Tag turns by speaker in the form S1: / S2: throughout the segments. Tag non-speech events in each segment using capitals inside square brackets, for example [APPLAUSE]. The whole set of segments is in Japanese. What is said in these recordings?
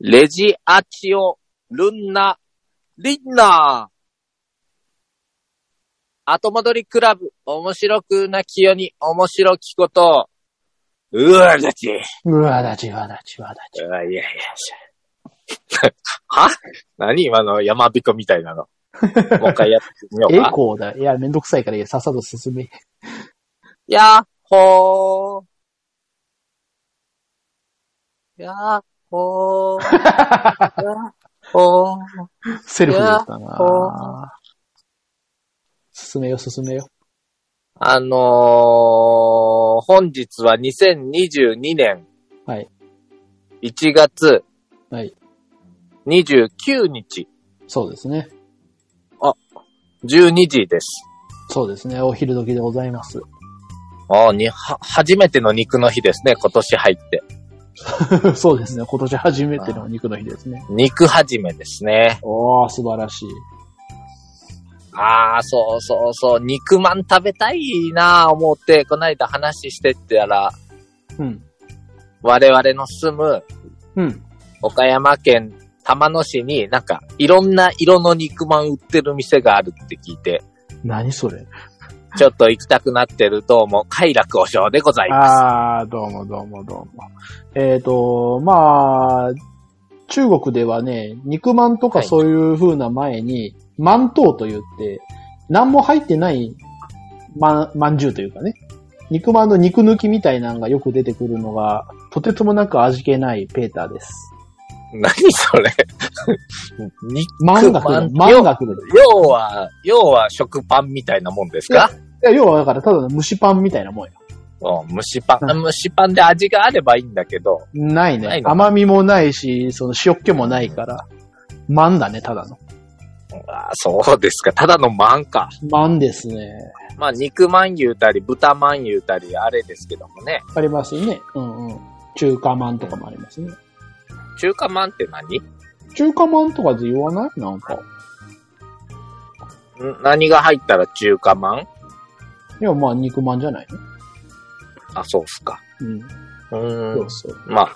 S1: レジアチオ、ルンナ、リンナ後戻りクラブ、面白くなきよに、面白きこと、うわ、だち。
S2: うわだち、うわだち、うわだち。
S1: うわ、いやいやいや。は何今の山彦みたいなの。もう一回やってみよう
S2: エ
S1: か。
S2: コーだ。いや、めんどくさ [LAUGHS] いから、いや、さっさと進め。
S1: やっほー。やっほー。やっほー。
S2: セルフで言った
S1: やっほ
S2: な進めよ、進めよ。
S1: あのー、本日は2022年。
S2: はい。
S1: 1月
S2: はい。
S1: 29日、
S2: そうですね。
S1: 12時です。
S2: そうですね。お昼時でございます。 [LAUGHS]
S1: ああ、に、は、初めての肉の日ですね、今年入って。
S2: そうですね。今年初めての肉の日ですね。
S1: 肉始めですね。
S2: おー、素晴らしい。
S1: ああ、そうそうそう、肉まん食べたいなぁ思って、こないだ話してったら、
S2: うん。
S1: 我々の住む
S2: うん。
S1: 岡山県玉野市になんか、いろんな色の肉まん売ってる店があるって聞いて、
S2: 何それ。
S1: ちょっと行きたくなってるどうも、快楽お尚でございます。
S2: あー、どうもどうもどうも。えっ、と、まあ、中国ではね、肉まんとか
S1: はい
S2: そういう風な前に、まんとうと言って、何も入ってないまん、まんじゅうというかね、肉まんの肉抜きみたいなのがよく出てくるのが、とてつもなく味気ないペーターです。
S1: 何それ [LAUGHS] 肉
S2: まんが来る。まんが来る。
S1: 要は、要は食パンみたいなもんですか
S2: いや、要はだからただの蒸しパンみたいなもんよ。
S1: うん、蒸しパン、蒸しパンで味があればいいんだけど、
S2: ない
S1: な
S2: ね
S1: い。の
S2: 甘みもないし、その塩っ気もないから、まんだね、ただの。
S1: あーそうですか、ただのまんか。
S2: まんですね。
S1: まあ、肉まん言うたり、豚まん言うたり、あれですけどもね。
S2: ありますよね。うんうん。中華まんとかもありますね。
S1: 中華まんって何ん
S2: 中華まんとかで言わないなんか。
S1: 何が入ったら中華まん
S2: いや、まあ、肉まんじゃない
S1: あ、そうっすか。
S2: の
S1: う
S2: うん。そ
S1: ーん
S2: う。そう。
S1: まあ、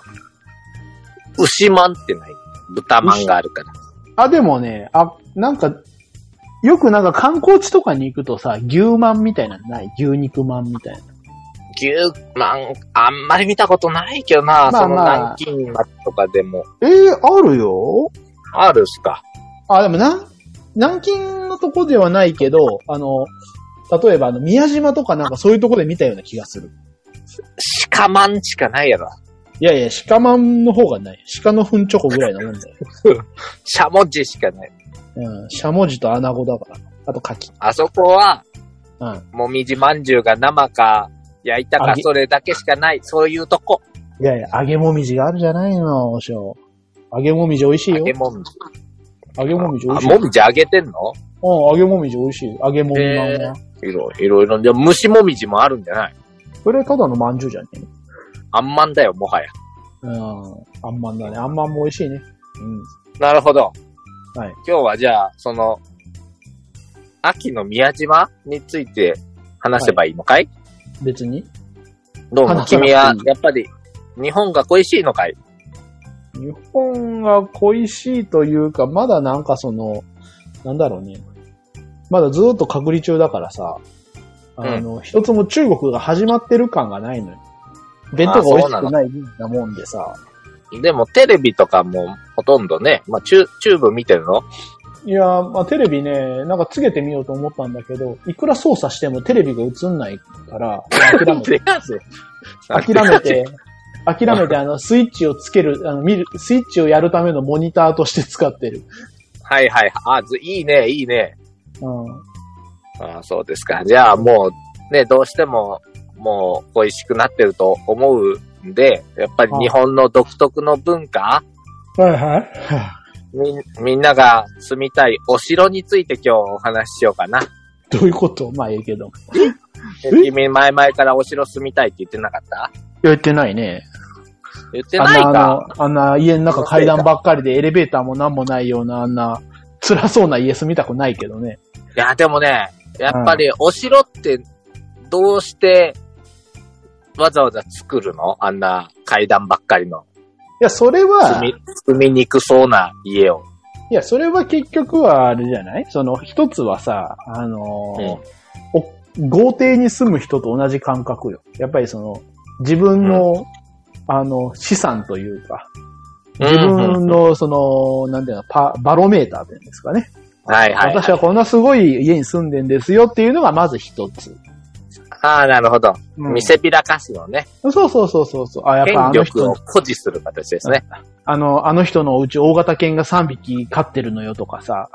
S1: 牛まんってない。豚まんがあるから。
S2: あ、でもね、あ、なんか、よくなんか観光地とかに行くとさ、牛まんみたいなのない牛肉まんみたいな。
S1: 牛まん、あんまり見たことないけどな、
S2: まあまあ
S1: その南京まんとかでも。
S2: ええあるよ
S1: あるっすか。
S2: あ、でもな、南京のとこではないけど、あの、例えばあの、宮島とかなんかそういうとこで見たような気がする。
S1: 鹿まんしかないやろ。
S2: いやいや、鹿まんの方がない。鹿の糞チョコぐらいのもんだよ。
S1: しゃもじしかない。
S2: うん。しゃもじと穴子だから。あと柿。
S1: あそこは、
S2: うん。
S1: もみじまんじゅうが生か、焼いた
S2: 揚
S1: か
S2: げ、
S1: それだけしかない。そういうとこ。
S2: いやいや、揚げもみじがあるじゃないの、おしょう。揚げもみじ美味しい
S1: 揚
S2: よ
S1: げ。もみじ。
S2: 揚げもみじ美
S1: あ、
S2: 味しい。
S1: もみじ揚げてんの
S2: うん、揚げもみじ美味しい。揚げもみまん
S1: へ
S2: は。
S1: いろいろいろ。でも、虫もみじもあるんじゃない
S2: それただのまんじゅうじゃねえ
S1: あんまんだよ、もはや。
S2: のうん。あんまんだね。あんまんも美味しいね。うん。
S1: なるほど。
S2: はい。
S1: 今日はじゃあ、その、秋の宮島について話せばいいのかい、
S2: 別に
S1: どうも、
S2: 話さなくていい
S1: 君は、やっぱり、日本が恋しいのかい
S2: 日本が恋しいというか、まだなんかその、なんだろうね。まだずーっと隔離中だからさ、あの、一つも中国が始まってる感がないのよ。弁当が美味しくないようなもんでさ。
S1: でも、テレビとかも、ほとんどね、まあ、チュチューブ見てるの
S2: いやー、まあ、テレビね、なんかつけてみようと思ったんだけど、いくら操作してもテレビが映んないから、諦 [LAUGHS] めて、諦めて、諦めてあの、スイッチをつける、あの、見る、スイッチをやるためのモニターとして使ってる。
S1: [LAUGHS] はいはい。あ、ずいいね、いいね。
S2: うん。
S1: あそうですか。じゃあもう、ね、どうしても、もう恋しくなってると思うんで、やっぱり日本の独特の文化、
S2: はいはい。
S1: みんみんなが住みたいお城について今日お話ししようかな。
S2: [LAUGHS] どういうことまあ、ええけど。
S1: え
S2: え
S1: 君前々からお城住みたいって言ってなかった
S2: 言ってないね。
S1: 言ってない
S2: あ
S1: か。
S2: んな、あんな家の中階段ばっかりでエレベーターもなんもないような、あんな、辛そうな家住みたくないけどね。
S1: いや、でもね、やっぱりお城ってどうしてわざわざ作るのあんな階段ばっかりの。
S2: や、それは
S1: 住、み、住みにくそうな家を。
S2: いや、それは結局はあれじゃないその、一つはさ、あのーお豪邸に住む人と同じ感覚よ。やっぱりその、自分の、あの、資産というか、自分
S1: うんうん
S2: の、その、なんていうの、パ、バロメーターっていうんですかね。
S1: はいはい、
S2: 私はこんなすごい家に住んでんですよっていうのがまず一つ。
S1: ああ、なるほど。
S2: うん
S1: 見せびらかすのね。
S2: そうそうそうそうそう。あ、やっ
S1: 権
S2: ぱあの
S1: 力
S2: 人
S1: を、誇示する形ですね。
S2: あの、あの人のお家大型犬が3匹飼ってるのよとかさ、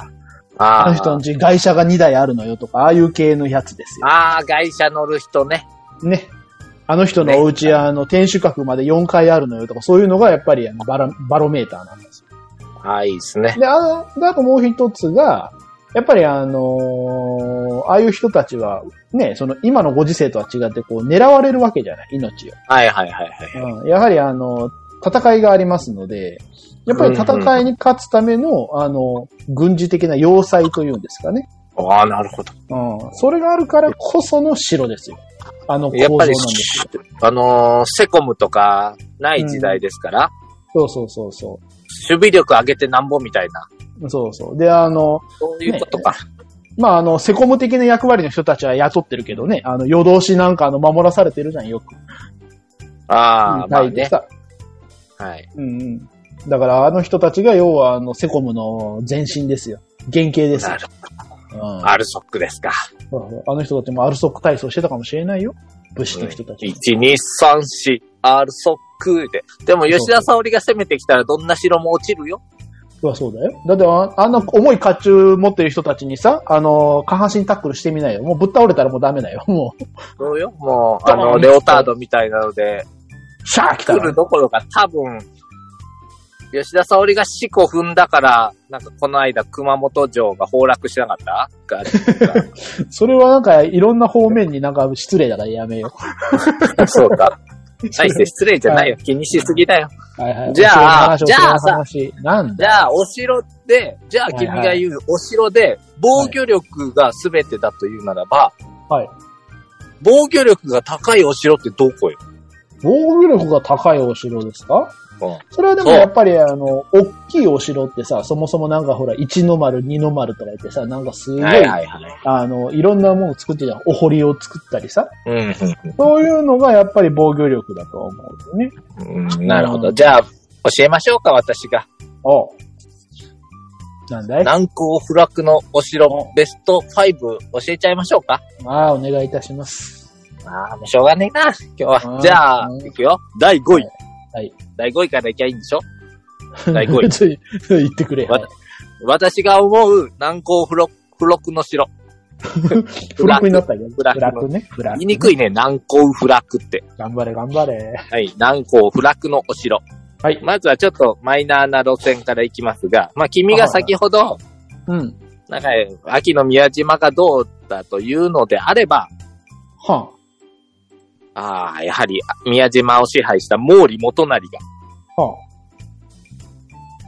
S1: あ
S2: あ
S1: あ
S2: の人の家外車が2台あるのよとか、ああいう系のやつですよ。
S1: ああ、外車乗る人ね。
S2: ね。あの人のお家、
S1: ね
S2: あの、天守閣まで4階あるのよとか、そういうのがやっぱりあのバラバロメーターなんですよ
S1: ああ、いいですね。
S2: で、あの、であともう一つが、やっぱりあのーああいう人たちは、ね、その今のご時世とは違って、こう、狙われるわけじゃない、命を。
S1: はいはいはいはい。
S2: うん、やはりあの、戦いがありますので、やっぱり戦いに勝つための、あの、軍事的な要塞というんですかね。
S1: ああ、なるほど。
S2: うん。それがあるからこその城ですよ。あの構
S1: や
S2: 造
S1: っ
S2: な
S1: ぱ
S2: んで
S1: り
S2: すよ。、
S1: あのーセコムとかない時代ですから、
S2: そうそうそうそ
S1: 守備力上げてなんぼみたいな、
S2: う。そうそう。で、あの、
S1: そういうことか。
S2: まあ、あの、セコム的な役割の人たちは雇ってるけどね、あの、夜通しなんかあの、守らされてるじゃん、よく。
S1: ああ、まあ
S2: タイで
S1: ね。
S2: さ。
S1: はい。
S2: うんうん。だからあの人たちが要はあのセコムの前身ですよ。原型ですよ
S1: な。るほ
S2: うん
S1: ど。アルソックですか。
S2: そうそうあの人たちもアルソック体操してたかもしれないよ。武士の人たち。
S1: 1、2、3、4、アルソックで。でも吉田沙織が攻めてきたらどんな城も落ちるよ。
S2: うわ、そうだよ。だってああんな重い甲冑持ってる人たちにさ、あの、下半身タックルしてみないよ。もうぶっ倒れたらもうダメだよ。もう、
S1: そうよ。もう、
S2: ドー
S1: あ
S2: ン
S1: の、レオタードみたいなので、
S2: シャー来た
S1: [LAUGHS] 来
S2: ら
S1: る。どころか多分、吉田沙織が四股踏んだから、なんかこの間熊本城が崩落しなかったが [LAUGHS]
S2: それはなんかいろんな方面になんか失礼だからやめよ
S1: そうか。大して失礼じゃないよ。
S2: は
S1: 気にしすぎだよ。
S2: う。はいはい。
S1: じゃあ
S2: 面白い話面白い話なん
S1: じ
S2: だ。
S1: ゃあ、お城で、じゃあ君が言うお城で、防御力が全てだというならば、
S2: はい。
S1: 防御力が高いお城ってどこよ
S2: 防御力が高いお城ですか
S1: うん
S2: それはでもやっぱりあの、大きいお城ってさ、そもそもなんかほら、一の丸、二の丸とか言ってさ、なんかすごい、
S1: いはい。
S2: あの、いろんなものを作ってたお堀を作ったりさ、
S1: うん
S2: そういうのがやっぱり防御力だと思うよね。
S1: うん、うんなるほど。じゃあ、教えましょうか、私が。
S2: おうなんだい
S1: 南港不落のお城ベスト5教えちゃいましょうか。
S2: ああ、お願いいたします。
S1: ああ、もうしょうがねえな、今日
S2: う
S1: は。
S2: ん
S1: じゃあ、
S2: うん
S1: いくよ。第5位。
S2: はい。
S1: 第5位からいきゃいいんで
S2: [LAUGHS]
S1: しょ第五位
S2: つい言ってくれ。
S1: わ私が思う南港不落不落の城。
S2: フラックになったけど。
S1: フラック
S2: フラックね。フラック。
S1: 言いにくいね、南港不落って。
S2: 頑張れ、頑張れ。
S1: はい、南港不落のお城。
S2: はい
S1: まずはちょっとマイナーな路線からいきますが、まあ君が先ほど、
S2: うん。
S1: なんか、秋の宮島がどうだというのであれば、
S2: は
S1: ああ、やはり宮島を支配した毛利元成が、
S2: あ。は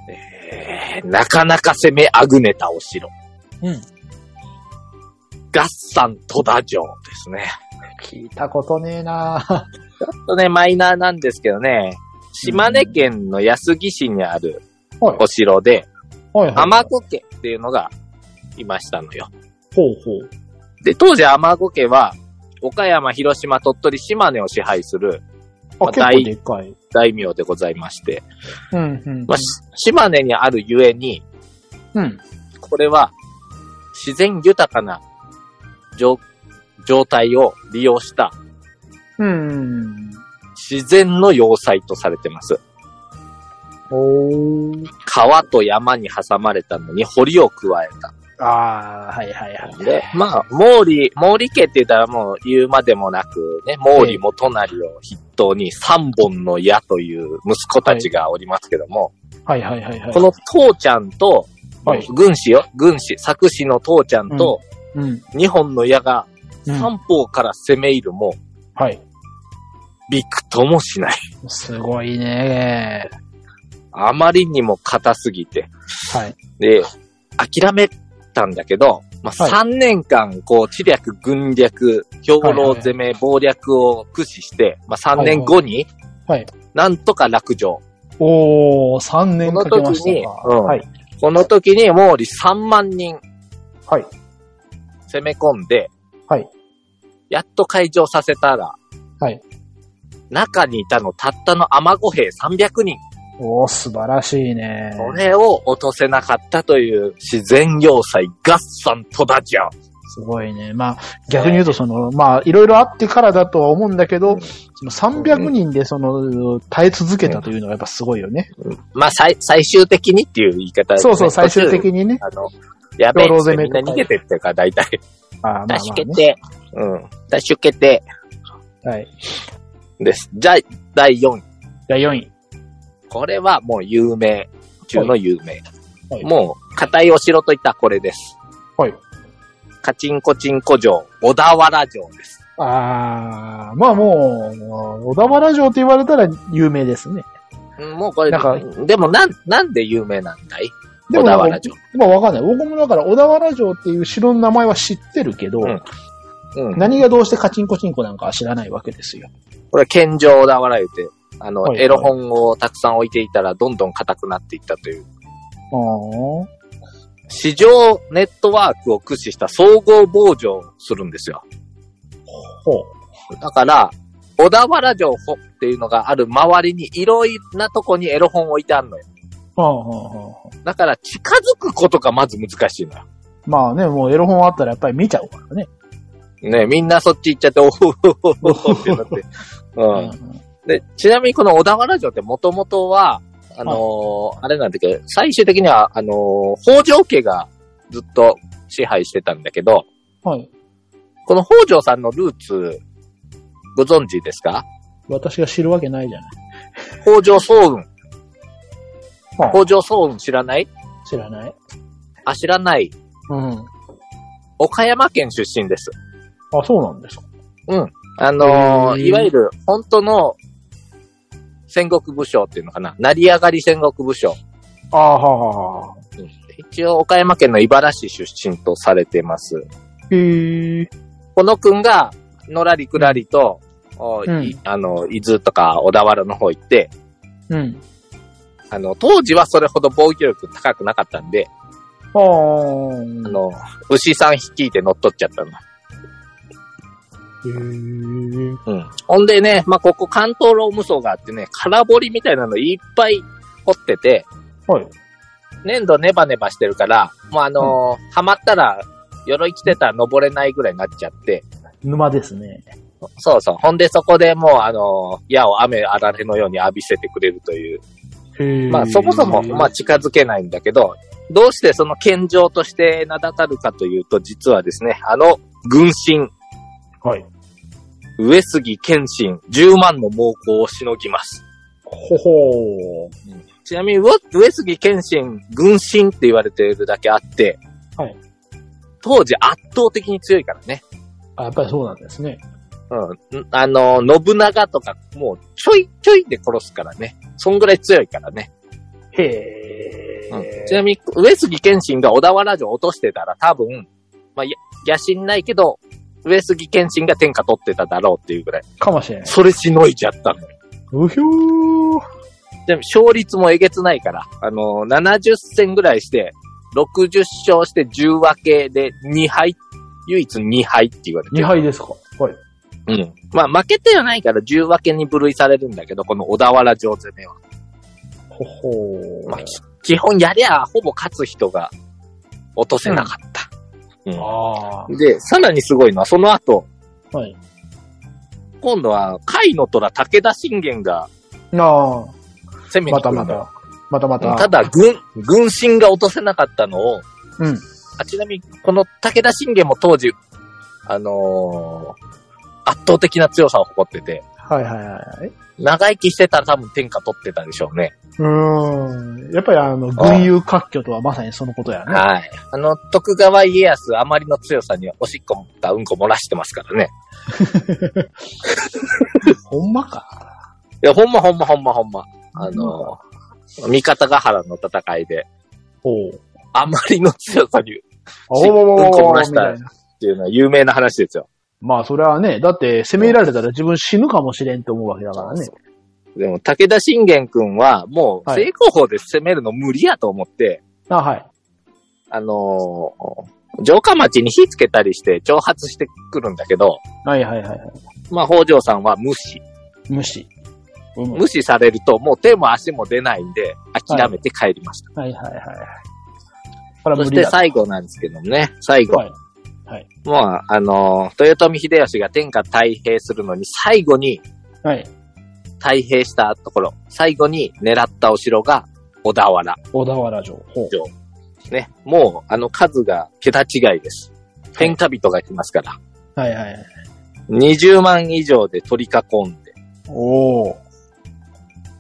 S1: えーなかなか攻めあぐねたお城。
S2: うん。
S1: 合算戸田城ですね。
S2: あ。聞いたことねえな
S1: ちょっとね、マイナーなんですけどね、島根県の安来市にある
S2: はい。
S1: お城で、
S2: はい、はい。
S1: 天子家っていうのがいましたのよ。
S2: ほうほう。
S1: で、当時天子家は、岡山、広島、鳥取、島根を支配する
S2: あ、結構でっかい。
S1: 大名でございまして、
S2: うん、うん
S1: まあ、し島根にあるゆえに、
S2: うん。
S1: これは自然豊かな状状態を利用した
S2: うん。
S1: 自然の要塞とされてます。
S2: おー。
S1: 川と山に挟まれたのに堀を加えた。
S2: あー、はいはいはい。
S1: で、まあ、毛利、毛利家って言ったらもう言うまでもなくね、毛利元就を筆頭に三本の矢という息子たちがおりますけども、
S2: はいはいはいはい。
S1: この父ちゃんと、
S2: はい
S1: 軍師よ、軍師、作師の父ちゃんと
S2: うん。
S1: 二本の矢が
S2: うん
S1: 三方から攻め入るも、
S2: はい。
S1: びくともしない。
S2: すごいね
S1: あまりにも硬すぎて。
S2: はい。
S1: で、諦めたんだけど、まあ、
S2: はい
S1: 3年間、こう、知略、軍略、兵糧攻め、謀略を駆使して、まあ、3年後に、
S2: はい。
S1: なんとか落城。
S2: おー、3年かけましたか。
S1: この時にうん
S2: はい。
S1: この時に毛利3万人
S2: はい。
S1: 攻め込んで、
S2: はい。
S1: やっと開場させたら、
S2: はい。
S1: 中にいたのたったの雨子兵300人。
S2: おー、素晴らしいね。
S1: それを落とせなかったという自然要塞合算とだじゃ。
S2: すごいね。まあ、逆に言うと、その、まあ、いろいろあってからだとは思うんだけど、
S1: うん
S2: その300人で、その、耐え続けたというのがやっぱすごいよね。
S1: まあ、最、最終的にっていう言い方です
S2: そ
S1: ね
S2: うそう、最終的にね。
S1: あの、やべえっ
S2: 兵糧
S1: つって
S2: 攻め
S1: みんな逃げてっていうから、大体。
S2: あーまあまあ
S1: 助け
S2: ね
S1: て、うん。助けて
S2: はい。
S1: です。じゃあ、第4位。
S2: じゃあ4位。
S1: これはもう有名中の有名。
S2: はい
S1: もう、硬いお城といったらこれです。
S2: はい。
S1: カチンコチンコ城、小田原城です。
S2: ああ、まあもう、小田原城と言われたら有名ですね。
S1: うんもうこれ、
S2: なんか
S1: でもなん、なんで有名なんだい
S2: でも
S1: 小
S2: な
S1: 田
S2: んか
S1: 原城。
S2: まあわかんない。僕もだから小田原城っていう城の名前は知ってるけど、
S1: うんうん。
S2: 何がどうしてカチンコチンコなんかは知らないわけですよ。
S1: これ、健城小田原言って、あの、
S2: はい
S1: エロ本をたくさん置いていたら、どんどん硬くなっていったという。
S2: あ
S1: 市場ネットワークを駆使した総合防除をするんですよ。
S2: あ。ほう。
S1: だから、小田原城ほっていうのがある周りにいろいろなとこにエロ本置いてあるのよ。
S2: ああ、はあ、はあ。
S1: だから近づくことがまず難しいのよ。
S2: まあね、もうエロ本あったらやっぱり見ちゃうからね。
S1: ねみんなそっち行っちゃって、おほほほほほってなって。う
S2: うん
S1: ん。で、ちなみにこの小田原城ってもともとは、あのーあれなんだけど、最終的には、あのー北条家がずっと支配してたんだけど、
S2: はい。
S1: この北条さんのルーツ、ご存知ですか
S2: 私が知るわけないじゃない。
S1: 北条早雲。
S2: はい
S1: 北条早雲知らない
S2: 知らない。
S1: あ、知らない。
S2: うん。
S1: 岡山県出身です。
S2: あ、そうなんですか。
S1: あのー
S2: へー
S1: いわゆる本当の戦国武将っていうのかな。成り上がり戦国武将。
S2: ああ、はあ、はあ。
S1: 一応岡山県の茨市出身とされてます。
S2: へえ。
S1: このくんが、のらりくらりと、おい
S2: うん
S1: あの、伊豆とか小田原の方行って、
S2: うん。
S1: あの、当時はそれほど防御力高くなかったんで、
S2: ああ。
S1: あの、牛さん率いて乗っ取っちゃったの。
S2: へえ。
S1: うん。ほんでね、まあ、ここ関東ローム層があってね、空堀みたいなのいっぱい掘ってて、
S2: はい。
S1: 粘土ネバネバしてるから、もうあのーハマったら、鎧着てたら登れないぐらいになっちゃって、
S2: 沼ですね。
S1: そうそう。ほんでそこでもうあのー矢を雨あられのように浴びせてくれるという。
S2: へえ
S1: まあそもそも、まあ近づけないんだけど、どうしてその健常として名だたるかというと、実はですね、あの、軍神、
S2: はい。
S1: 上杉謙信、10万の猛攻をしのぎます。
S2: ほほー。
S1: ちなみに、うわ上杉謙信、軍神って言われてるだけあって、
S2: はい
S1: 当時圧倒的に強いからね。
S2: あ、やっぱりそうなんですね。
S1: うん。んあの、信長とか、もう、ちょいちょいで殺すからね。そんぐらい強いからね。
S2: へ
S1: うん
S2: え。
S1: ちなみに、上杉謙信が小田原城を落としてたら、多分、まあ、や野心ないけど、上杉謙信が天下取ってただろうっていうぐらい。
S2: かもしれない。
S1: それしのいじゃったのよ。
S2: うひょー。
S1: でも、勝率もえげつないから、あの、70戦ぐらいして、60勝して10分けで2敗、唯一2敗って言われて
S2: 2
S1: る。
S2: 敗ですか。はい。
S1: うん。まあ、負けてはないから10分けに部類されるんだけど、この小田原城攻めは。
S2: ほほー。
S1: まあ、き基本やりゃ、ほぼ勝つ人が落とせなかった。
S2: あ
S1: うんで、さらにすごいのは、その後、
S2: あ。はい。
S1: 今度は、甲斐の虎武田信玄が
S2: なあ。
S1: 攻め
S2: ま
S1: に
S2: た
S1: 来る
S2: ま
S1: のよ。
S2: た。またまた。
S1: ただ、軍、軍神が落とせなかったのを、
S2: うん。
S1: あちなみに、この武田信玄も当時、あのー圧倒的な強さを誇ってて、
S2: はいはいはい。
S1: 長生きしてたら多分天下取ってたでしょうね。
S2: うーん。やっぱりあの、群雄割拠とはまさにそのことやね。
S1: はい。あの、徳川家康、あまりの強さにはおしっこもったうんこ漏らしてますからね。
S2: ほんまか。
S1: いや、ほんまほんまほんまほんま。あのー、三方ヶ原の戦いで、
S2: ほう。
S1: あまりの強さにっ
S2: あおお
S1: うんこ漏ら
S2: み
S1: した
S2: たいな。
S1: ていうのは有名な話ですよ。
S2: まあそれはね、だって攻め入られたら自分死ぬかもしれんって思うわけだからね。
S1: でも、武田信玄くんは、もう、
S2: はい
S1: 正攻法で攻めるの無理やと思って、
S2: あ、はい。
S1: あのー城下町に火つけたりして挑発してくるんだけど、
S2: はいはいはいはい。
S1: まあ、北条さんは無視。
S2: 無視。うむ
S1: 無視されると、もう手も足も出ないんで、諦めて帰りました。
S2: はいはいはい。こ
S1: そ
S2: れは無
S1: し
S2: 理
S1: て
S2: だ。
S1: 最後なんですけどね、最後。
S2: はい。
S1: もう、あのー豊臣秀吉が天下太平するのに、最後に
S2: はい。
S1: 太平したところ、最後に狙ったお城が小田原。
S2: 小田原城。ほう。
S1: ね、もう、あの数が桁違いです。天下人が来ますから。
S2: はいはいはい。
S1: 20万以上で取り囲んで。
S2: おお。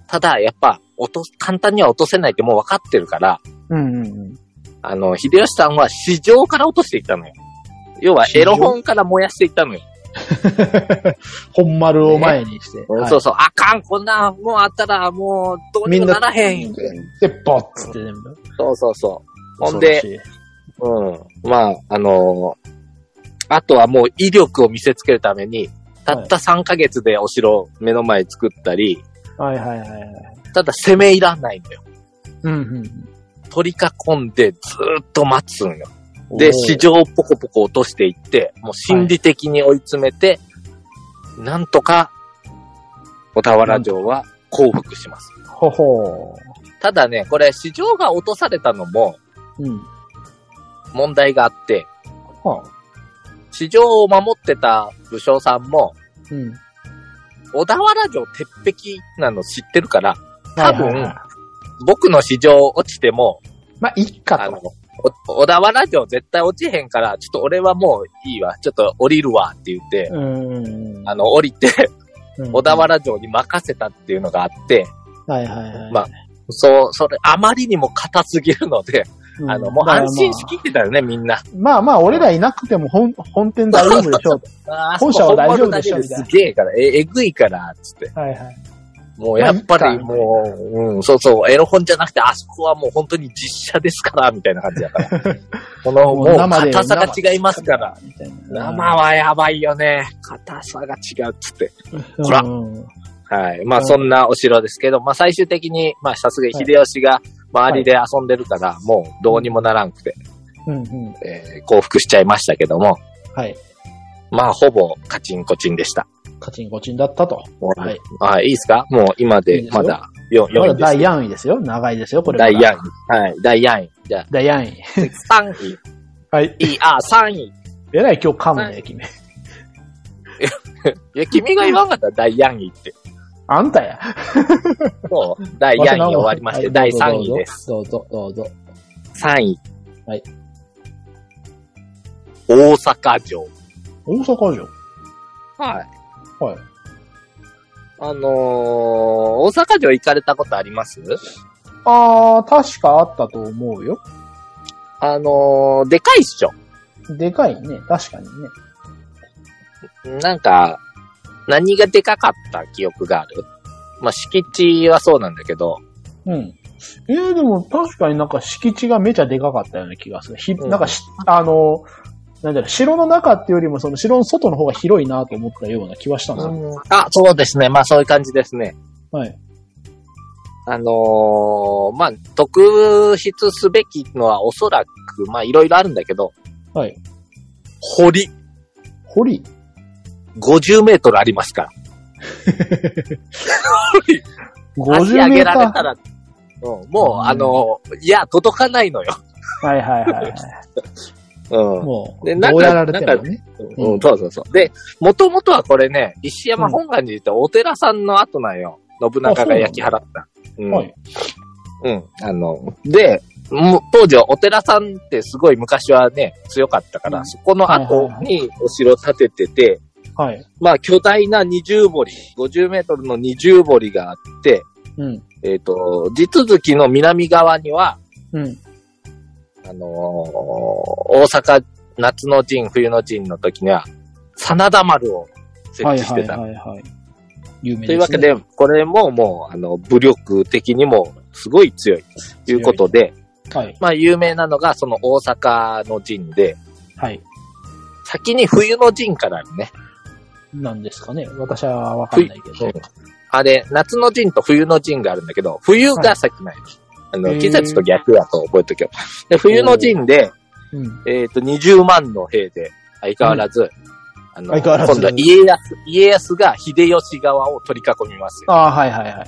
S1: ただ、やっぱ、落とす、簡単には落とせないってもう分かってるから、
S2: うんうん [LAUGHS] うん。
S1: あの、秀吉さんは市場から落としていったのよ。要は、
S2: 市場
S1: エロ本から燃やしていったのよ。
S2: 本丸を前にして。はい
S1: そうそう、あかん、こんな、もうあったら、もう、どうにもならへん。
S2: で、ボッつって全部。
S1: そうそうそう。ほんで、
S2: 恐ろしい、
S1: うん。まあ、あのーあとはもう威力を見せつけるために、たった3ヶ月でお城を目の前に作ったり、
S2: はいはいはいはい。
S1: ただ攻め入らないんだよ。
S2: うんうん
S1: 取り囲んでずーっと待つんよ。
S2: うん。お
S1: で、
S2: ー
S1: 市。場をポコポコ落としていって、もう心理的に追い詰めて、なんとか、小田原城は降伏します。
S2: ほほ
S1: ただね、これ、市場が落とされたのも
S2: ー。うん。
S1: 問題があって、
S2: はあ。
S1: 市場を守ってた武将さんも、
S2: うん。
S1: 小田原城鉄壁なの知ってるから、多分
S2: はいはいはい
S1: 僕の市場落ちても、
S2: まあ、いっか
S1: あの
S2: と。、
S1: お小田原城絶対落ちへんから、ちょっと俺はもういいわ、ちょっと降りるわって言って、
S2: うーん。
S1: あの、降りて、
S2: うん
S1: 小田。原城に任せたっていうのがあって、
S2: はいはいはい。
S1: まあそう、それ、あまりにも硬すぎるので、
S2: うん
S1: あの、もう安心しきってたよね、みんな。
S2: まあまあ、俺らいなくても本、本店大丈夫でし
S1: [LAUGHS]
S2: ょう。
S1: あー
S2: 本社は大丈夫でしょ
S1: そこ
S2: みた
S1: す
S2: いな
S1: げえから、え、えぐいから、つって。
S2: はいはい。
S1: もうやっぱ
S2: まあい
S1: り
S2: いか
S1: もう、うん、そうそう、エロ本じゃなくて、あそこはもう本当に実写ですから、みたいな感じだから。
S2: [LAUGHS]
S1: この、もう硬さが違いますから。。
S2: みたいな。
S1: 生はやばいよね。硬さが違うっつって。ほら
S2: うん
S1: はい。まあ
S2: うん
S1: そんなお城ですけど、まあ最終的に、まあさすが秀吉が周りで遊んでるから、もうどうにもならんくて、
S2: うんうん。
S1: えー降伏しちゃいましたけども、
S2: はい。
S1: まあほぼカチンコチンでした。
S2: カチンコチンだったと。
S1: は
S2: はいい。
S1: あ、いいですかもう今
S2: いい
S1: で
S2: です
S1: ま
S2: よ
S1: だ4、
S2: こ
S1: 4
S2: れ
S1: 位です
S2: 第。4位ですよ。長いですよ、これ。
S1: 第4位。。はい。第4位。じゃあ、
S2: 第4位。
S1: 3位。
S2: はい。
S1: いい、あ、3位。
S2: えらい今日噛むね、君。
S1: いや、君が言わんかったら第4位って。
S2: あんたや。
S1: もう、第4位終わりまして、第3位です。
S2: す。どうぞ、どうぞ。
S1: 3位。
S2: はい。
S1: 大阪城。
S2: 大阪城。
S1: はい。
S2: はい。
S1: あのー、大阪城行かれたことあります
S2: あー、確かあったと思うよ。
S1: あのー、でかいっしょ。
S2: でかいね。確かにね。
S1: なんか、何がでかかった記憶があるまあ、敷地はそうなんだけど、
S2: うん。えー、でも確かになんか敷地がめちゃでかかったような気がする。ひ、
S1: うん
S2: なんかし、あの、なんだろう、城の中っていうよりもその城の外の方が広いなと思ったような気はしたんですよ。
S1: あ、そうですね。まあ、そういう感じですね。
S2: はい。
S1: あのーまあ、特筆すべきのはおそらく、まあ、いろいろあるんだけど、
S2: はい。
S1: 堀
S2: 堀。
S1: 50メートルありますから。足上
S2: 50メ
S1: げ
S2: ータ
S1: ら
S2: ー。
S1: れたら、うん、もう、あのーいや、届かないのよ。
S2: はいはいはいはい。
S1: う
S2: もう、
S1: でなんか
S2: どうやられてもね。
S1: ん。うん、そうそうそう。で、もともとはこれね、石山本願寺ってお寺さんの後なんよ。信長が焼き払った。うん。
S2: はい。
S1: うん。あの、で、もう当時はお寺さんってすごい昔はね、強かったから、
S2: うん
S1: そこの後にお城建ててて、
S2: はい。
S1: まあ巨大な二重堀、50メートルの二重堀があって、
S2: うん。
S1: えっ、と、地続きの南側には、
S2: うん。
S1: あのー大阪夏の陣、冬の陣の時には、真田丸を設
S2: はい
S1: 置し
S2: は
S1: て
S2: い
S1: た。
S2: はいはい。有名
S1: とい
S2: です、
S1: う
S2: ね。
S1: わけで、これももう、あの、武力的にもすごい強いということで、
S2: はい。
S1: まあ有名なのがその大阪の陣で、
S2: はい。
S1: 先に冬の陣からね、
S2: なんですかね。私はわかんないけど。
S1: あれ、夏の陣と冬の陣があるんだけど、冬がさっきの、あ
S2: へ
S1: の、
S2: ー
S1: 季節と逆だと覚えておけよ。で、冬の陣で、
S2: うん。
S1: えっ、と、20万の兵で、相変わらず、あの、
S2: 相変わらず
S1: 今度は家康、家康が秀吉側を取り囲みますよ。
S2: ああ、はいはいはい。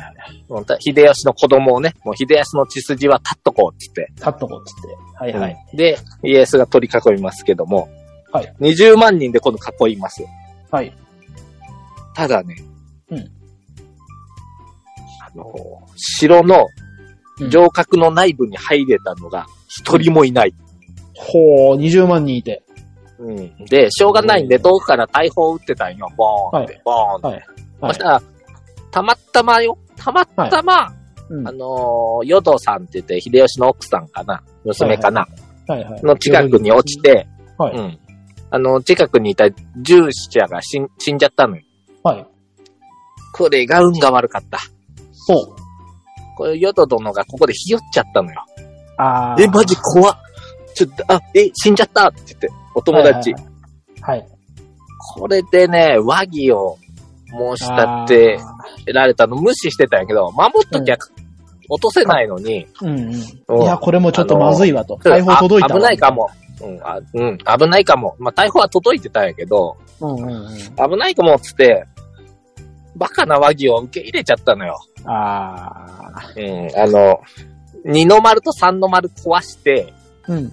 S1: もう秀吉の子供をね、もう秀吉の血筋は立っとこうって言って、
S2: 立っとこうっつって。はいはい。
S1: で、家康が取り囲みますけども、
S2: はい
S1: 20万人で今度囲いますよ。
S2: はい。
S1: ただね、
S2: うん
S1: あの、城の
S2: うん
S1: 城郭の内部に入れたのが一人もいない。
S2: ほう、20万人いて。
S1: うんで、しょうがないんで、
S2: うん
S1: 遠くから大砲を撃ってたんよ。ボーンって、
S2: は
S1: ボーンって。
S2: は
S1: そ
S2: い。
S1: したら、たまたまよ、たまたま、
S2: うん
S1: あのー、ヨドさんって言って、秀吉の奥さんかな、娘かな、
S2: はいはい。
S1: の近くに落ちて、
S2: はい
S1: うん。あの、近くにいた従者が死ん死んじゃったのよ。
S2: はい。
S1: これが運が悪かった。
S2: そう。
S1: これ、ヨド殿がここでひよっちゃったのよ。
S2: ああ。
S1: え、マジ怖っ。ちょっと、あ、え、死んじゃったって言って、お友達。
S2: はいはいはい。はい。
S1: これでね、和議を申し立てられたの無視してたんやけど、守っときゃ落とせないのに、
S2: あー。うん
S1: う
S2: うんん。いや、これもちょっとまずいわと。大砲届い
S1: あ
S2: たわ
S1: 危ないか。も。うん、あうん、危ないかも。まあ、逮捕は届いてたんやけど、
S2: うんうんうん。
S1: 危ないかもっつって、バカな和議を受け入れちゃったのよ。
S2: ああ。
S1: うん、あの、二の丸と三の丸壊して、
S2: うん。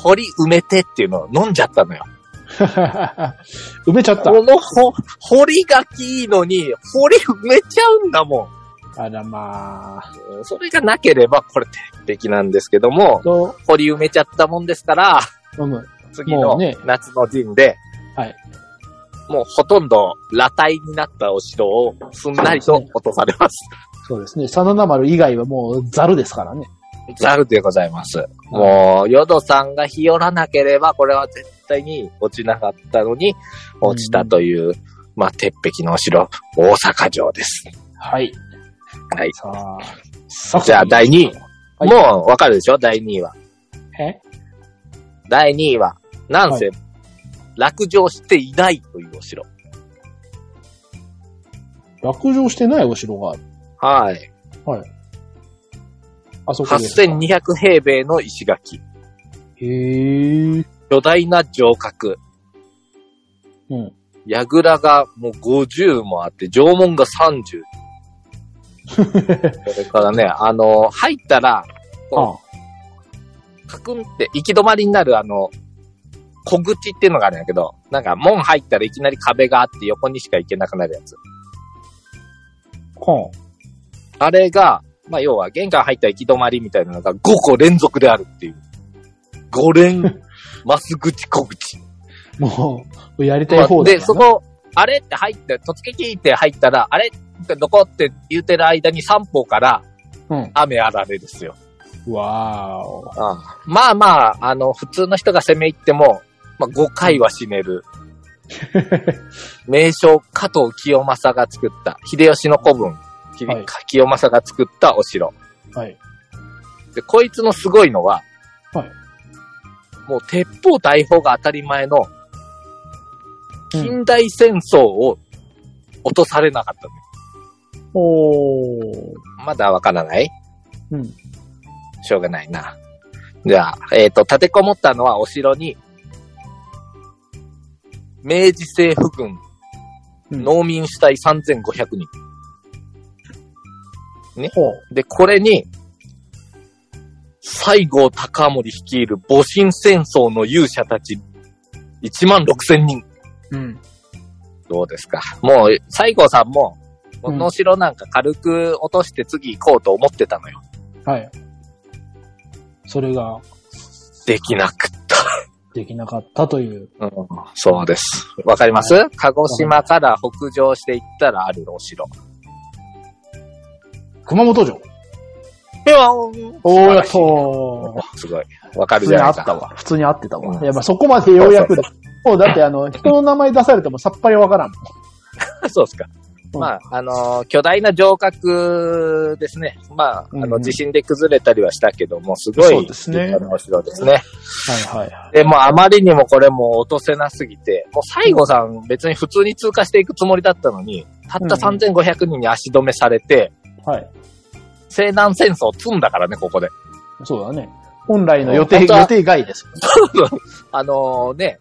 S1: 堀埋めてっていうのを飲んじゃったのよ。
S2: [LAUGHS] 埋めちゃった。
S1: このほ堀がきいいのに、堀埋めちゃうんだもん。
S2: あらまあ。
S1: うんそれがなければ、これ鉄壁なんですけども、
S2: と、
S1: 堀埋めちゃったもんですから、
S2: うむ。
S1: 次
S2: も
S1: の
S2: うね
S1: 夏の陣で、
S2: はい
S1: もうほとんど裸体になったお城をすんなりと落とされます。
S2: そうですね。真田丸以外はもうザルですからね。
S1: ざるでございます。もう、ヨドさんが日和らなければ、これは絶対に落ちなかったのに、落ちたという、まあ、鉄壁のお城、大阪城です。
S2: はい。
S1: はい。
S2: さあ。さ
S1: じゃあ第二位。
S2: はい
S1: もう、わかるでしょ第2位は。
S2: え
S1: 第2位は、なんせ、落城していないというお城。
S2: 落城してないお城がある。
S1: はい。
S2: あそこですか。
S1: 8200平米の石垣。
S2: へえ。
S1: 巨大な城郭。
S2: うん。
S1: 矢倉がもう50もあって、城門が30。それからね、あの、入ったら、
S2: あ
S1: こう、カクンって行き止まりになるあの、小口っていうのがあるんだけど、なんか門入ったらいきなり壁があって横にしか行けなくなるやつ。
S2: は
S1: あれが、まあ要は玄関入ったら行き止まりみたいなのが5個連続であるっていう。5連、マス口小口。
S2: あ。もう、やりたい方だから
S1: で、
S2: な
S1: そこ、あれって入って、突撃って入ったら、あれってどこって言うてる間に三方から
S2: うん。
S1: 雨あられですよ。
S2: わーお。
S1: まあまあ、あの、普通の人が攻め入っても、まあ5回は死ねる。名将、加藤清正が作った、秀吉の子分、き
S2: はい
S1: 清正が作ったお城。
S2: [LAUGHS] はい。
S1: で、こいつのすごいのは、
S2: はい
S1: もう鉄砲大砲が当たり前の、
S2: うん、
S1: 近代戦争を落とされなかったのよ
S2: おー。
S1: まだわからない
S2: うん。
S1: しょうがないな。じゃあ、えっ、と、立てこもったのはお城に、明治政府軍、
S2: うん
S1: 農民主体3500人。
S2: ほう。
S1: で、これに、西郷隆盛率いる戊辰戦争の勇者たち、1万6000人。
S2: うん。
S1: どうですかもう、西郷さんも、この城なんか軽く落として次行こうと思ってたのよ。
S2: はい。それが
S1: できなくった。
S2: できなかったという。
S1: うん、そうです。わかります、鹿児島から北上していったらあるお城。
S2: 熊本城。
S1: ピョーン
S2: おー、やっ
S1: 素
S2: と
S1: すごい。わか
S2: 普
S1: る
S2: 通
S1: じ
S2: に
S1: ゃない
S2: あっ
S1: か。
S2: たわ。普通にあってたわ。
S1: うん
S2: いや、まあそこまでようやくです。もうだってあの、人の名前出されてもさっぱりわからんもん。
S1: そうっすか。
S2: うん
S1: まあ、あの、巨大な城郭ですね。まあ、あ
S2: うんう
S1: の、
S2: ん
S1: 地震で崩れたりはしたけども、すごい、
S2: そうですね
S1: 立派なお城ですね。
S2: はいはい。
S1: で、もうあまりにもこれもう落とせなすぎて、もう西郷さん別に普通に通過していくつもりだったのに、たった
S2: うん
S1: 3500人に足止めされて、
S2: はい。
S1: 西南戦争積んだからね、ここで。
S2: そうだね。本来の予定、
S1: 本当は
S2: 予定外です。
S1: あのね、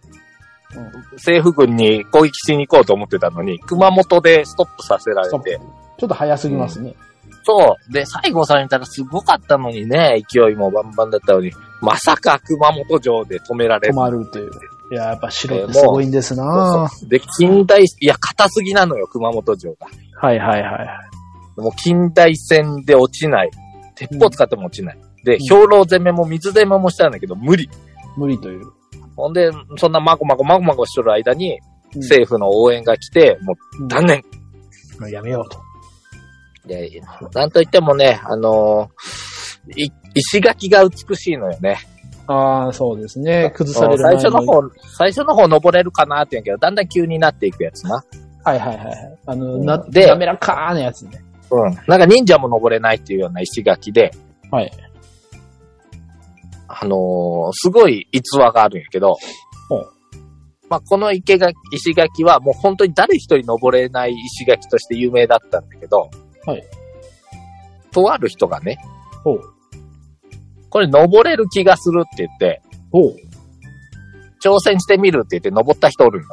S1: 政府軍に攻撃しに行こうと思ってたのに、熊本でストップさせられ
S2: ちょ
S1: て。
S2: っと早すぎますね。
S1: そう。で、西郷さん見たらすごかったのにね、勢いもバンバンだったのに、まさか熊本城で止められ
S2: 止
S1: る。
S2: まるという。いや、やっぱ白ってすごいんですな
S1: で、近代、いや、硬すぎなのよ、熊本城が。
S2: はいはいはい。
S1: もう近代戦で落ちない。鉄砲使っても落ちない。で
S2: ん、
S1: 兵糧攻めも水攻めもしたんだけど、無理。
S2: 無理という。
S1: ほんで、そんなまごまごまごまごしとる間に、
S2: うん
S1: 政府の応援が来て、もう断念。
S2: もうやめようと。
S1: で、なんといってもね、あのーい石垣が美しいのよね。
S2: ああ、そうですね。崩される
S1: 最
S2: 前に
S1: 初の方、最初の方登れるかなって言うんやけど、だんだん急になっていくやつな。
S2: はいはいはいはい。あの、な、
S1: で
S2: 滑らかーなやつね。
S1: うん。なんか忍者も登れないっていうような石垣で、
S2: はい。
S1: あのーすごい逸話があるんやけど、
S2: ほ
S1: まあ、この池が、石垣はもう本当に誰一人登れない石垣として有名だったんだけど、
S2: はい。
S1: とある人がね、
S2: ほう。
S1: これ登れる気がするって言って、
S2: ほう。
S1: 挑戦してみるって言って登った人おるの。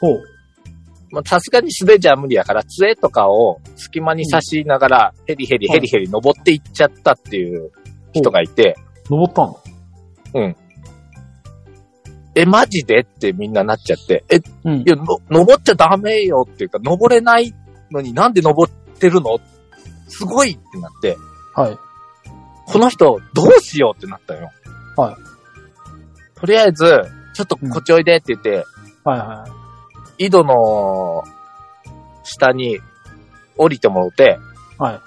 S2: ほう。
S1: まあさすがに素手じゃ無理やから、杖とかを隙間に差しながら、ヘリヘリ
S2: はい
S1: ヘリヘリ登っていっちゃったっていう人がいて、
S2: 登ったの
S1: え、マジでってみんななっちゃって、え、い
S2: うん。
S1: や、の登っちゃダメよっていうか、登れないのになんで登ってるのすごいってなって、
S2: はい。
S1: この人どうしようってなったよ。。
S2: はい
S1: とりあえず、ちょっとこっちおいでって言って、
S2: はいはい。
S1: 井戸の下に降りてもろて、
S2: はい。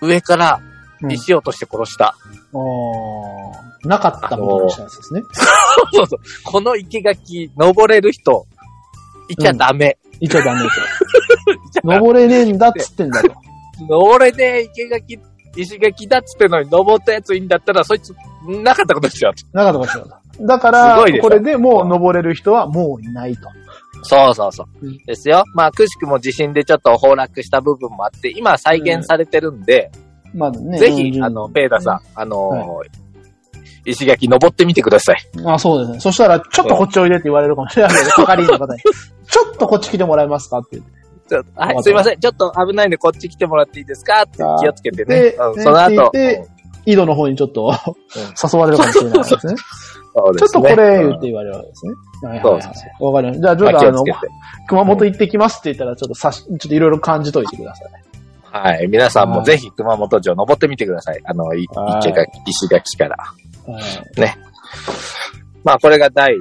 S1: 上から
S2: うん
S1: 石落として殺した。
S2: あーなかったものにしたやつですね。
S1: [LAUGHS] そうそう。この生垣、登れる人、いちゃダメ。
S2: いちゃ [LAUGHS] ダメと。登れねえんだっつってんだと。
S1: 登れねえ生垣、石垣だっつってのに登ったやついいんだったら、そいつ、なかったことしちゃう。
S2: なかったかもしれない。だか
S1: す
S2: ら
S1: ごいで、しょ
S2: これでもう登れる人はもういないと。
S1: そうそうそう
S2: うん。
S1: ですよ。まあ、くしくも地震でちょっと崩落した部分もあって、今再現されてるんで、
S2: まだね。
S1: ぜひ、
S2: 40
S1: あの、ペーダさん、あのー石垣登ってみてください。
S2: あ、そうですね。そしたら、ちょっとこっちおいでって言われるかもしれないけど、係員の方に。 [LAUGHS] ちょっとこっち来てもらえますかって言って。
S1: ちょは
S2: わかった
S1: い、すいません。ちょっと危ないんでこっち来てもらっていいですかって
S2: あー
S1: 気をつけて
S2: で
S1: ね。うん
S2: で
S1: その後。
S2: でで
S1: うん
S2: 井戸の方にちょっと誘われるかもしれないですね。
S1: そう
S2: ちょ
S1: で
S2: っと
S1: す
S2: こ
S1: ね
S2: れ
S1: う
S2: 言
S1: ん
S2: って言われるわけですね。はい
S1: そ
S2: は
S1: う
S2: い
S1: そう
S2: はい。わかりました。じゃあ、ちょ
S1: ま
S2: っ
S1: あ
S2: と
S1: 気
S2: あ
S1: を
S2: の
S1: つけ、て。
S2: 熊本行ってきますって言ったら、ちょっとさし、ちょっといろいろ感じといてください。
S1: はい。皆さんもぜひ熊本城登ってみてください。あの、い
S2: はい
S1: 池垣、石垣から。
S2: はい
S1: まあ、これが第、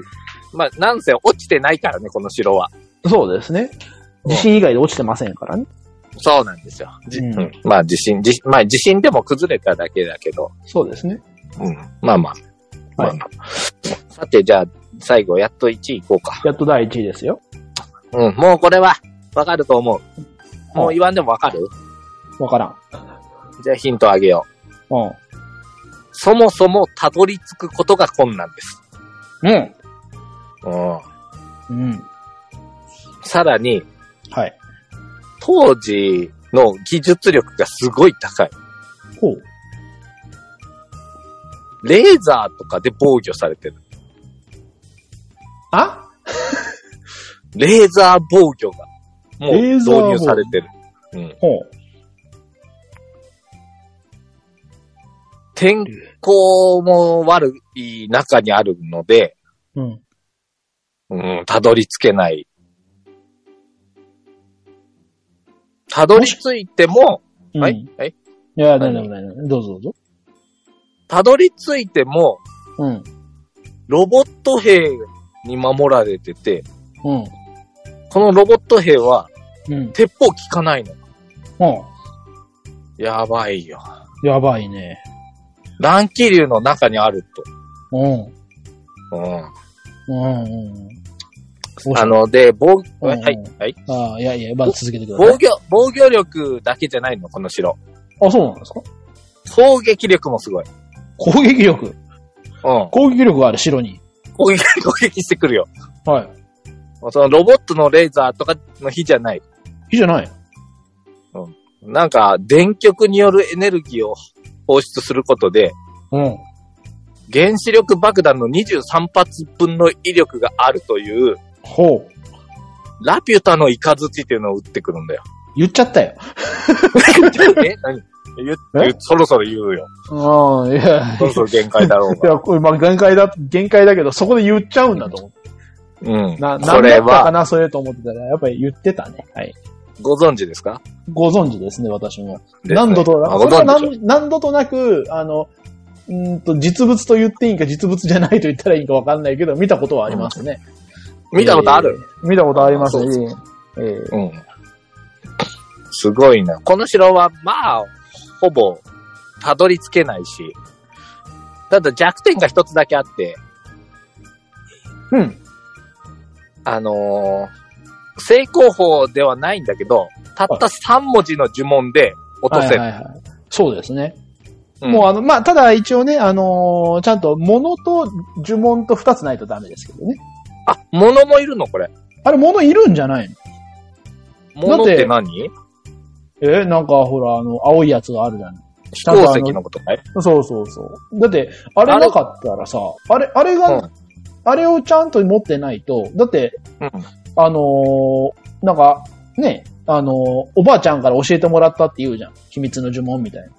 S1: まあ、なんせ落ちてないからね、この城は。
S2: そうですね。地震以外で落ちてませんからね。
S1: そうなんですよ。じ
S2: うん
S1: うんまあ、地震、地まあ、地震でも崩れただけだけど、
S2: そうですね。
S1: うん。まあまあ。まあ
S2: はい
S1: まあさて、じゃあ、最後、やっと1位いこうか。
S2: やっと第一位ですよ。
S1: うん。もうこれは、わかると思う。もう言わんでもわかる
S2: わからん。
S1: じゃあ、ヒントあげよう。
S2: う
S1: そもそも、たどり着くことが困難です。
S2: ん。うん。
S1: うん。
S2: うん。
S1: さらに、
S2: はい。
S1: 当時の技術力がすごい高い。
S2: ほう。
S1: レーザーとかで防御されてる。
S2: あ
S1: レーザー防御が、もう
S2: レー
S1: 導
S2: ザー防御
S1: 入されてる。うん。
S2: ほう。
S1: 天候も悪い中にあるので、
S2: うん。
S1: うん、たどり着けない。たどり着いても、は
S2: うん
S1: い、はい。
S2: いや、なになになにどうぞどうぞ。
S1: たどり着いても、
S2: うん。
S1: ロボット兵に守られてて、
S2: うん。
S1: このロボット兵は
S2: うん。
S1: 鉄砲効かないの。
S2: う
S1: やばいよ。
S2: ん。やばいね。
S1: 乱気流の中にある
S2: うん。
S1: と。うん。
S2: うん。うん。面白い
S1: あの、で、防、
S2: うん
S1: はい、はい。
S2: ああ、いやいや、まだ続けてくださ
S1: 防
S2: い。
S1: 御、防御力だけじゃないの、この城。
S2: あ、そうなんですか
S1: 攻撃力もすごい。
S2: 攻撃力。
S1: うん。
S2: 攻撃力がある、白に。
S1: 攻撃、攻撃してくるよ。
S2: はい。
S1: そのロボットのレーザーとかの火じゃない。
S2: いいじゃない。
S1: なんか、電極によるエネルギーを放出することで、
S2: うん。
S1: 原子力爆弾の23発分の威力があるという、
S2: ほう。
S1: ラピュタのイカズチっていうのを撃ってくるんだよ。
S2: [LAUGHS] 言っちゃったよ。
S1: え何言っ
S2: え
S1: 言っそろそろ言うよ。
S2: うん、いや。
S1: そろそろ限界だろう
S2: い
S1: が。
S2: や、これ、まあ、限界だ、限界だけど、そこで言っちゃうんだと思って。
S1: うん。
S2: な、な
S1: そ
S2: んだ
S1: れ
S2: ったか
S1: は、
S2: な、それと思ってたら、やっぱり言ってたね。はい。
S1: ご存知ですか
S2: ご存知ですね、私も。何度とな
S1: あ
S2: く、
S1: ご
S2: それ
S1: 存
S2: は
S1: 知でしょ
S2: 何何度となく、あの、うーんと、実物と言っていいんか、実物じゃないと言ったらいいんかわかんないけど、見たことはありますね。
S1: 見たことある、
S2: えー見たことありますね
S1: あそ。
S2: えー
S1: うん。すごいな。この城は、まあ、ほぼ、たどり着けないし。ただ弱点が一つだけあって、
S2: うん。
S1: あのー正攻法ではないんだけど、たった3文字の呪文で落とせる。
S2: はいはいはい。そうですね。
S1: うん
S2: もうあの、まあ、ただ一応ね、あのーちゃんと物と呪文と二つないとダメですけどね。
S1: あ、物もいるのこれ。
S2: あれ物いるんじゃないの
S1: 物って何
S2: えーなんかほら、あの、青いやつがあるじゃない。
S1: 飛行石のことかい
S2: そうそうそう。だって、あれなかったらさ、あれ、あれが、
S1: うん
S2: あれをちゃんと持ってないと、だって、
S1: うん。
S2: あのーなんか、ね、あのーおばあちゃんから教えてもらったって言うじゃん。秘密の呪文みたい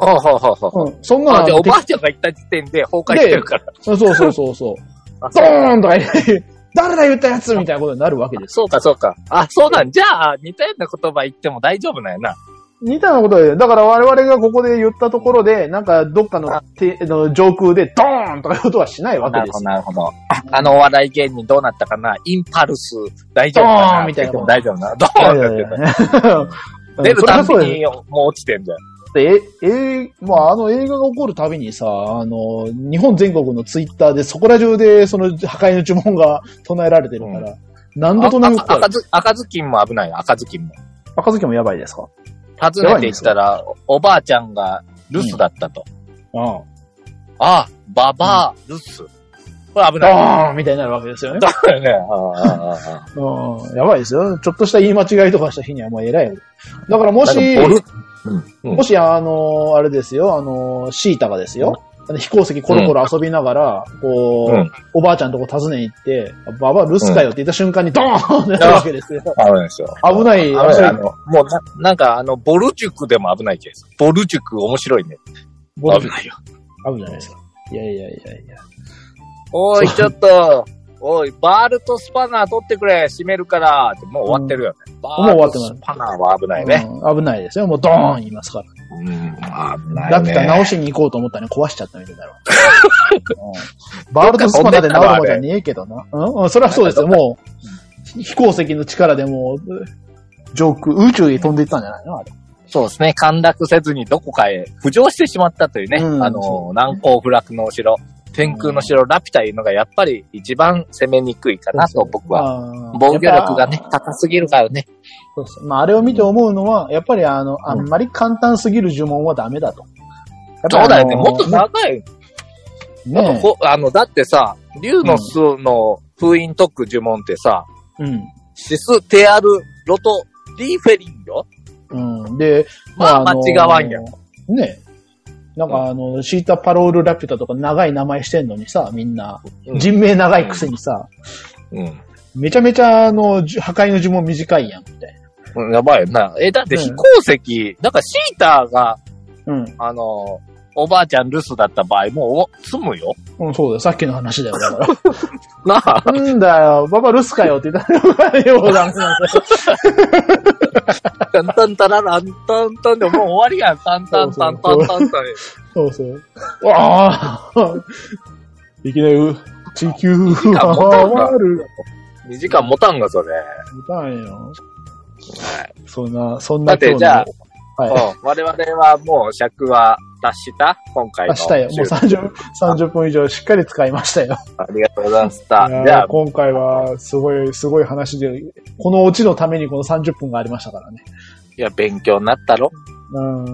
S2: な。
S1: はあ、はあはあはあ
S2: うん。そんな
S1: あ、じゃあ
S2: の
S1: おばあちゃんが言った時点で崩壊してるから。
S2: そうそうそうそう。
S1: あ
S2: [LAUGHS] ド
S1: そう
S2: ーンとか言って誰だ言ったやつみたいなことになるわけです。
S1: そうか、そうか。あ、そうなん。じゃあ、似たような言葉言っても大丈夫なんやな。
S2: 似たようなことで、だから我々がここで言ったところで、なんかどっ [LAUGHS] かのてあの上空でドーンとかいうことはしないわけ
S1: なる
S2: で
S1: ほ
S2: す
S1: ど、。なるほど。ああのお笑い芸人どうなったかなインパルス、大丈夫
S2: ド
S1: か
S2: ーン
S1: な
S2: みたいな
S1: って言っても大丈夫な。ドーンって言ってた
S2: [LAUGHS]
S1: 出るたんびにもう落ちてんじゃん。
S2: で、え、え、まあ、あの映画が起こるたびにさ、あの、日本全国のツイッターでそこら中でその破壊の呪文が唱えられてるから、何度となく
S1: あ赤ず、赤ずきんも危ないよ、赤ずきんも。
S2: 赤月もやばいですか
S1: 訪ねていったら、おばあちゃんが留守だったと。
S2: あ
S1: あ、ババア、留守。これ危 [LAUGHS] ない。
S2: あ、ドーンみたいになるわけですよね。
S1: だよね。ああああ
S2: うん、やばいですよ。ちょっとした言い間違いとかした日にはもう偉いよ。だからもし、
S1: なんかボルうんうん
S2: もし、あの、あれですよ、あの、シータがですよ、あの飛行石コロコロ遊びながら、こう、
S1: うん
S2: おばあちゃんとこ訪ねに行って、ババア留守かよって言った瞬間にドーンってなるわけですよ。
S1: 危ないですよ。
S2: 危ない
S1: 危ない。あの、もうな、なんかあの、ボル塾でも危ないケース。ボル塾面白いね。
S2: ボル
S1: ないよ。
S2: 危ないですか。いやいやいやいや。
S1: おい、ちょっと、おい、バールとスパナー取ってくれ、閉めるから、ってもう終わってるよね。バ
S2: もう終わ
S1: ール
S2: って
S1: と
S2: ます
S1: スパナーは危ないね。
S2: うん危ないですよ。もうドーン言いますから。
S1: うん、危
S2: ラ
S1: ない
S2: ピュタ
S1: ね。
S2: 直しに行こうと思ったら壊しちゃったみた
S1: [LAUGHS]
S2: いだろう。うんバールドスパナで直るもんじゃねえけどな。うんうん、それはそうで
S1: [LAUGHS]
S2: すよ。もう、飛行石の力でもう、上空、宇宙へ飛んでいったんじゃないのあれ。
S1: そうですね。陥落せずにどこかへ浮上してしまったというね。
S2: うん
S1: あの、
S2: そ
S1: 難攻不落のお城、天空の城、ラピュタいうのがやっぱり一番攻めにくいかなと僕は。
S2: あー
S1: 防御力がね、高すぎるからね。
S2: そうそうまあ、あれを見て思うのは、やっぱりあの、あんまり簡単すぎる呪文はダメだと。
S1: そうだよね。
S2: やぱりあの
S1: もっと長い。もっと
S2: ね
S1: こあの、だってさ、竜の巣の封印特区呪文ってさ、
S2: うん。
S1: システアルロトリーフェリンよ。
S2: うん。で、
S1: まあ
S2: の
S1: 間違わんやん
S2: ねなんかあの、シータパロールラピュタとか長い名前してんのにさ、みんな、
S1: うん
S2: 人名長いくせにさ、
S1: う
S2: めちゃめちゃあの、じゅ破壊の呪文短いやん、みたい
S1: ん。やばいよな。え、だって飛行石、だからシーターが、
S2: な。
S1: あの、おばあちゃん留守だった場合、もうお済むよ。
S2: うん。うん、そうだよ。さっきの話だよ、だか
S1: なあ。 [LAUGHS]
S2: ら。 [LAUGHS] なんだよ、ババルスかよって言ったら、ようダメなんだよ。
S1: タンタンタラランタンタンでもう終わりやん。タンタンタンタンタンタン。
S2: そうそう。わあいきなりう、地球
S1: や持たん
S2: は
S1: か
S2: 回る。
S1: 2時間持たんが、それ。
S2: みたいよ。そんな、そん
S1: だ
S2: な
S1: ってじゃあ
S2: 今日はい。
S1: うん我々はもう尺は達した今回
S2: 明
S1: の。
S2: 日よ。もう30、30分以 [LAUGHS] 上しっかり使いましたよ。
S1: ありがとうございまし
S2: い
S1: た
S2: や。ー
S1: じゃあ、
S2: 今回は、すごい、すごい話で、このオチのためにこの30分がありましたからね。
S1: いや、勉強になったろ
S2: うん。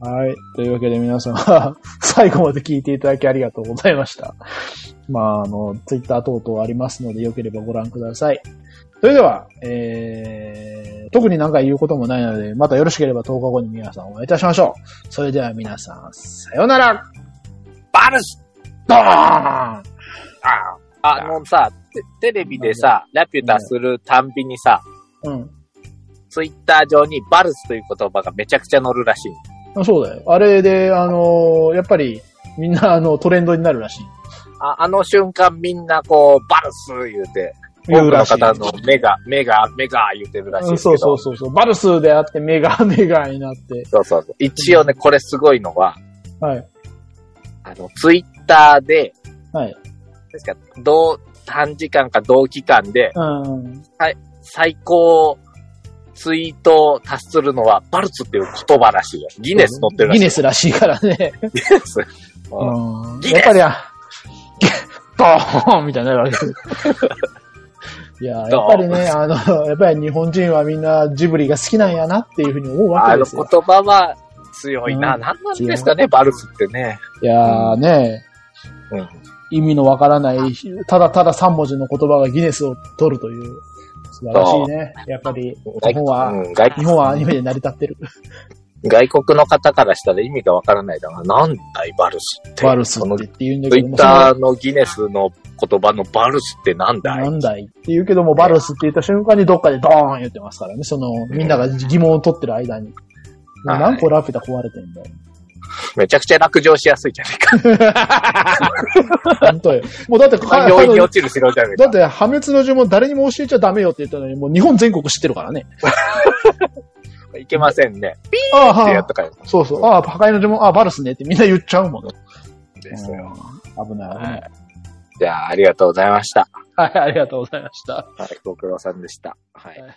S2: はい。というわけで皆さんは、最後まで聞いていただきありがとうございました。まあ、あの、ツイッター等々ありますので、よければご覧ください。それでは、えー、特に何か言うこともないので、またよろしければ10日後に皆さんお会いいたしましょう。それでは皆さん、さようなら
S1: バルス
S2: ドーン
S1: ああのさ、テテレビでさ、ラピュタするたんびにさ、
S2: うん
S1: ツイッター上にバルスという言葉がめちゃくちゃ載るらしい。
S2: あ。そうだよ。あれで、あのーやっぱり、みんな、あの、トレンドになるらしい。
S1: ああの瞬間みんなこう、バルス言うて、多くの方の目が、目が、目が言うてるらしい
S2: うん
S1: ですけ
S2: そ
S1: ど。
S2: うそうそうそう。バルスであって、メガ、メガになって。
S1: そうそうそう。一応ね、これすごいのは、
S2: はい。
S1: あの、ツイッターで、
S2: はい。
S1: 確か、同、短時間か同期間で、
S2: うん。
S1: 最高ツイートを達するのは、バルツっていう言葉らしいよ。ギネス載ってるらし
S2: ギ
S1: い。
S2: ネスらしいからね。
S1: ギネス。うん
S2: うん。
S1: ギネス
S2: やっぱりあ、ドーンみたいになるわ
S1: [LAUGHS]
S2: けです。いや、やっぱりね、あの、やっぱり日本人はみんなジブリが好きなんやなっていうふうに思うわ
S1: あ
S2: けで
S1: の
S2: す
S1: 言
S2: よ。
S1: 葉は強いな。
S2: うん
S1: 何なんですかね、バルツってね。
S2: いやーね、
S1: うん。
S2: 意味のわからない、ただただ3文字の言葉がギネスを取るという、素晴らしいね。やっぱり、日本は
S1: うん外
S2: 日本はアニメで成り立ってる。
S1: 外国の方からしたら意味がわからないだろうな。なんだい、バルスって。
S2: バルス
S1: その
S2: って
S1: ツ
S2: って言うんだ
S1: イ
S2: けど
S1: ッ
S2: も、
S1: ターのギネスの言葉のバルスってなんだい
S2: なんだいって言うけども、バルスって言った瞬間にどっかでドーン言ってますからね。その、みんなが疑問を取ってる間に。
S1: はい
S2: 何個ラピュタ壊れてんだよ。
S1: めちゃくちゃ落城しやすいじゃないか。
S2: 本当よ。もうだって、か
S1: 容易に
S2: だっ
S1: 落ちる城じゃないか。
S2: て破滅の呪文誰にも教えちゃダメよって言ったのに、もう日本全国知ってるからね。
S1: いけませんね。ピ
S2: ああ、
S1: ーってや
S2: は
S1: っとかよ。
S2: そうそう。ああ、破壊の呪文、ああ、バルスねってみんな言っちゃうもん。
S1: ですよ。
S2: うん危ない危ない。
S1: じゃあ、ありがとうございました。
S2: はい、ありがとうございました。
S1: はい、ご苦労さんでした。はい。
S2: はい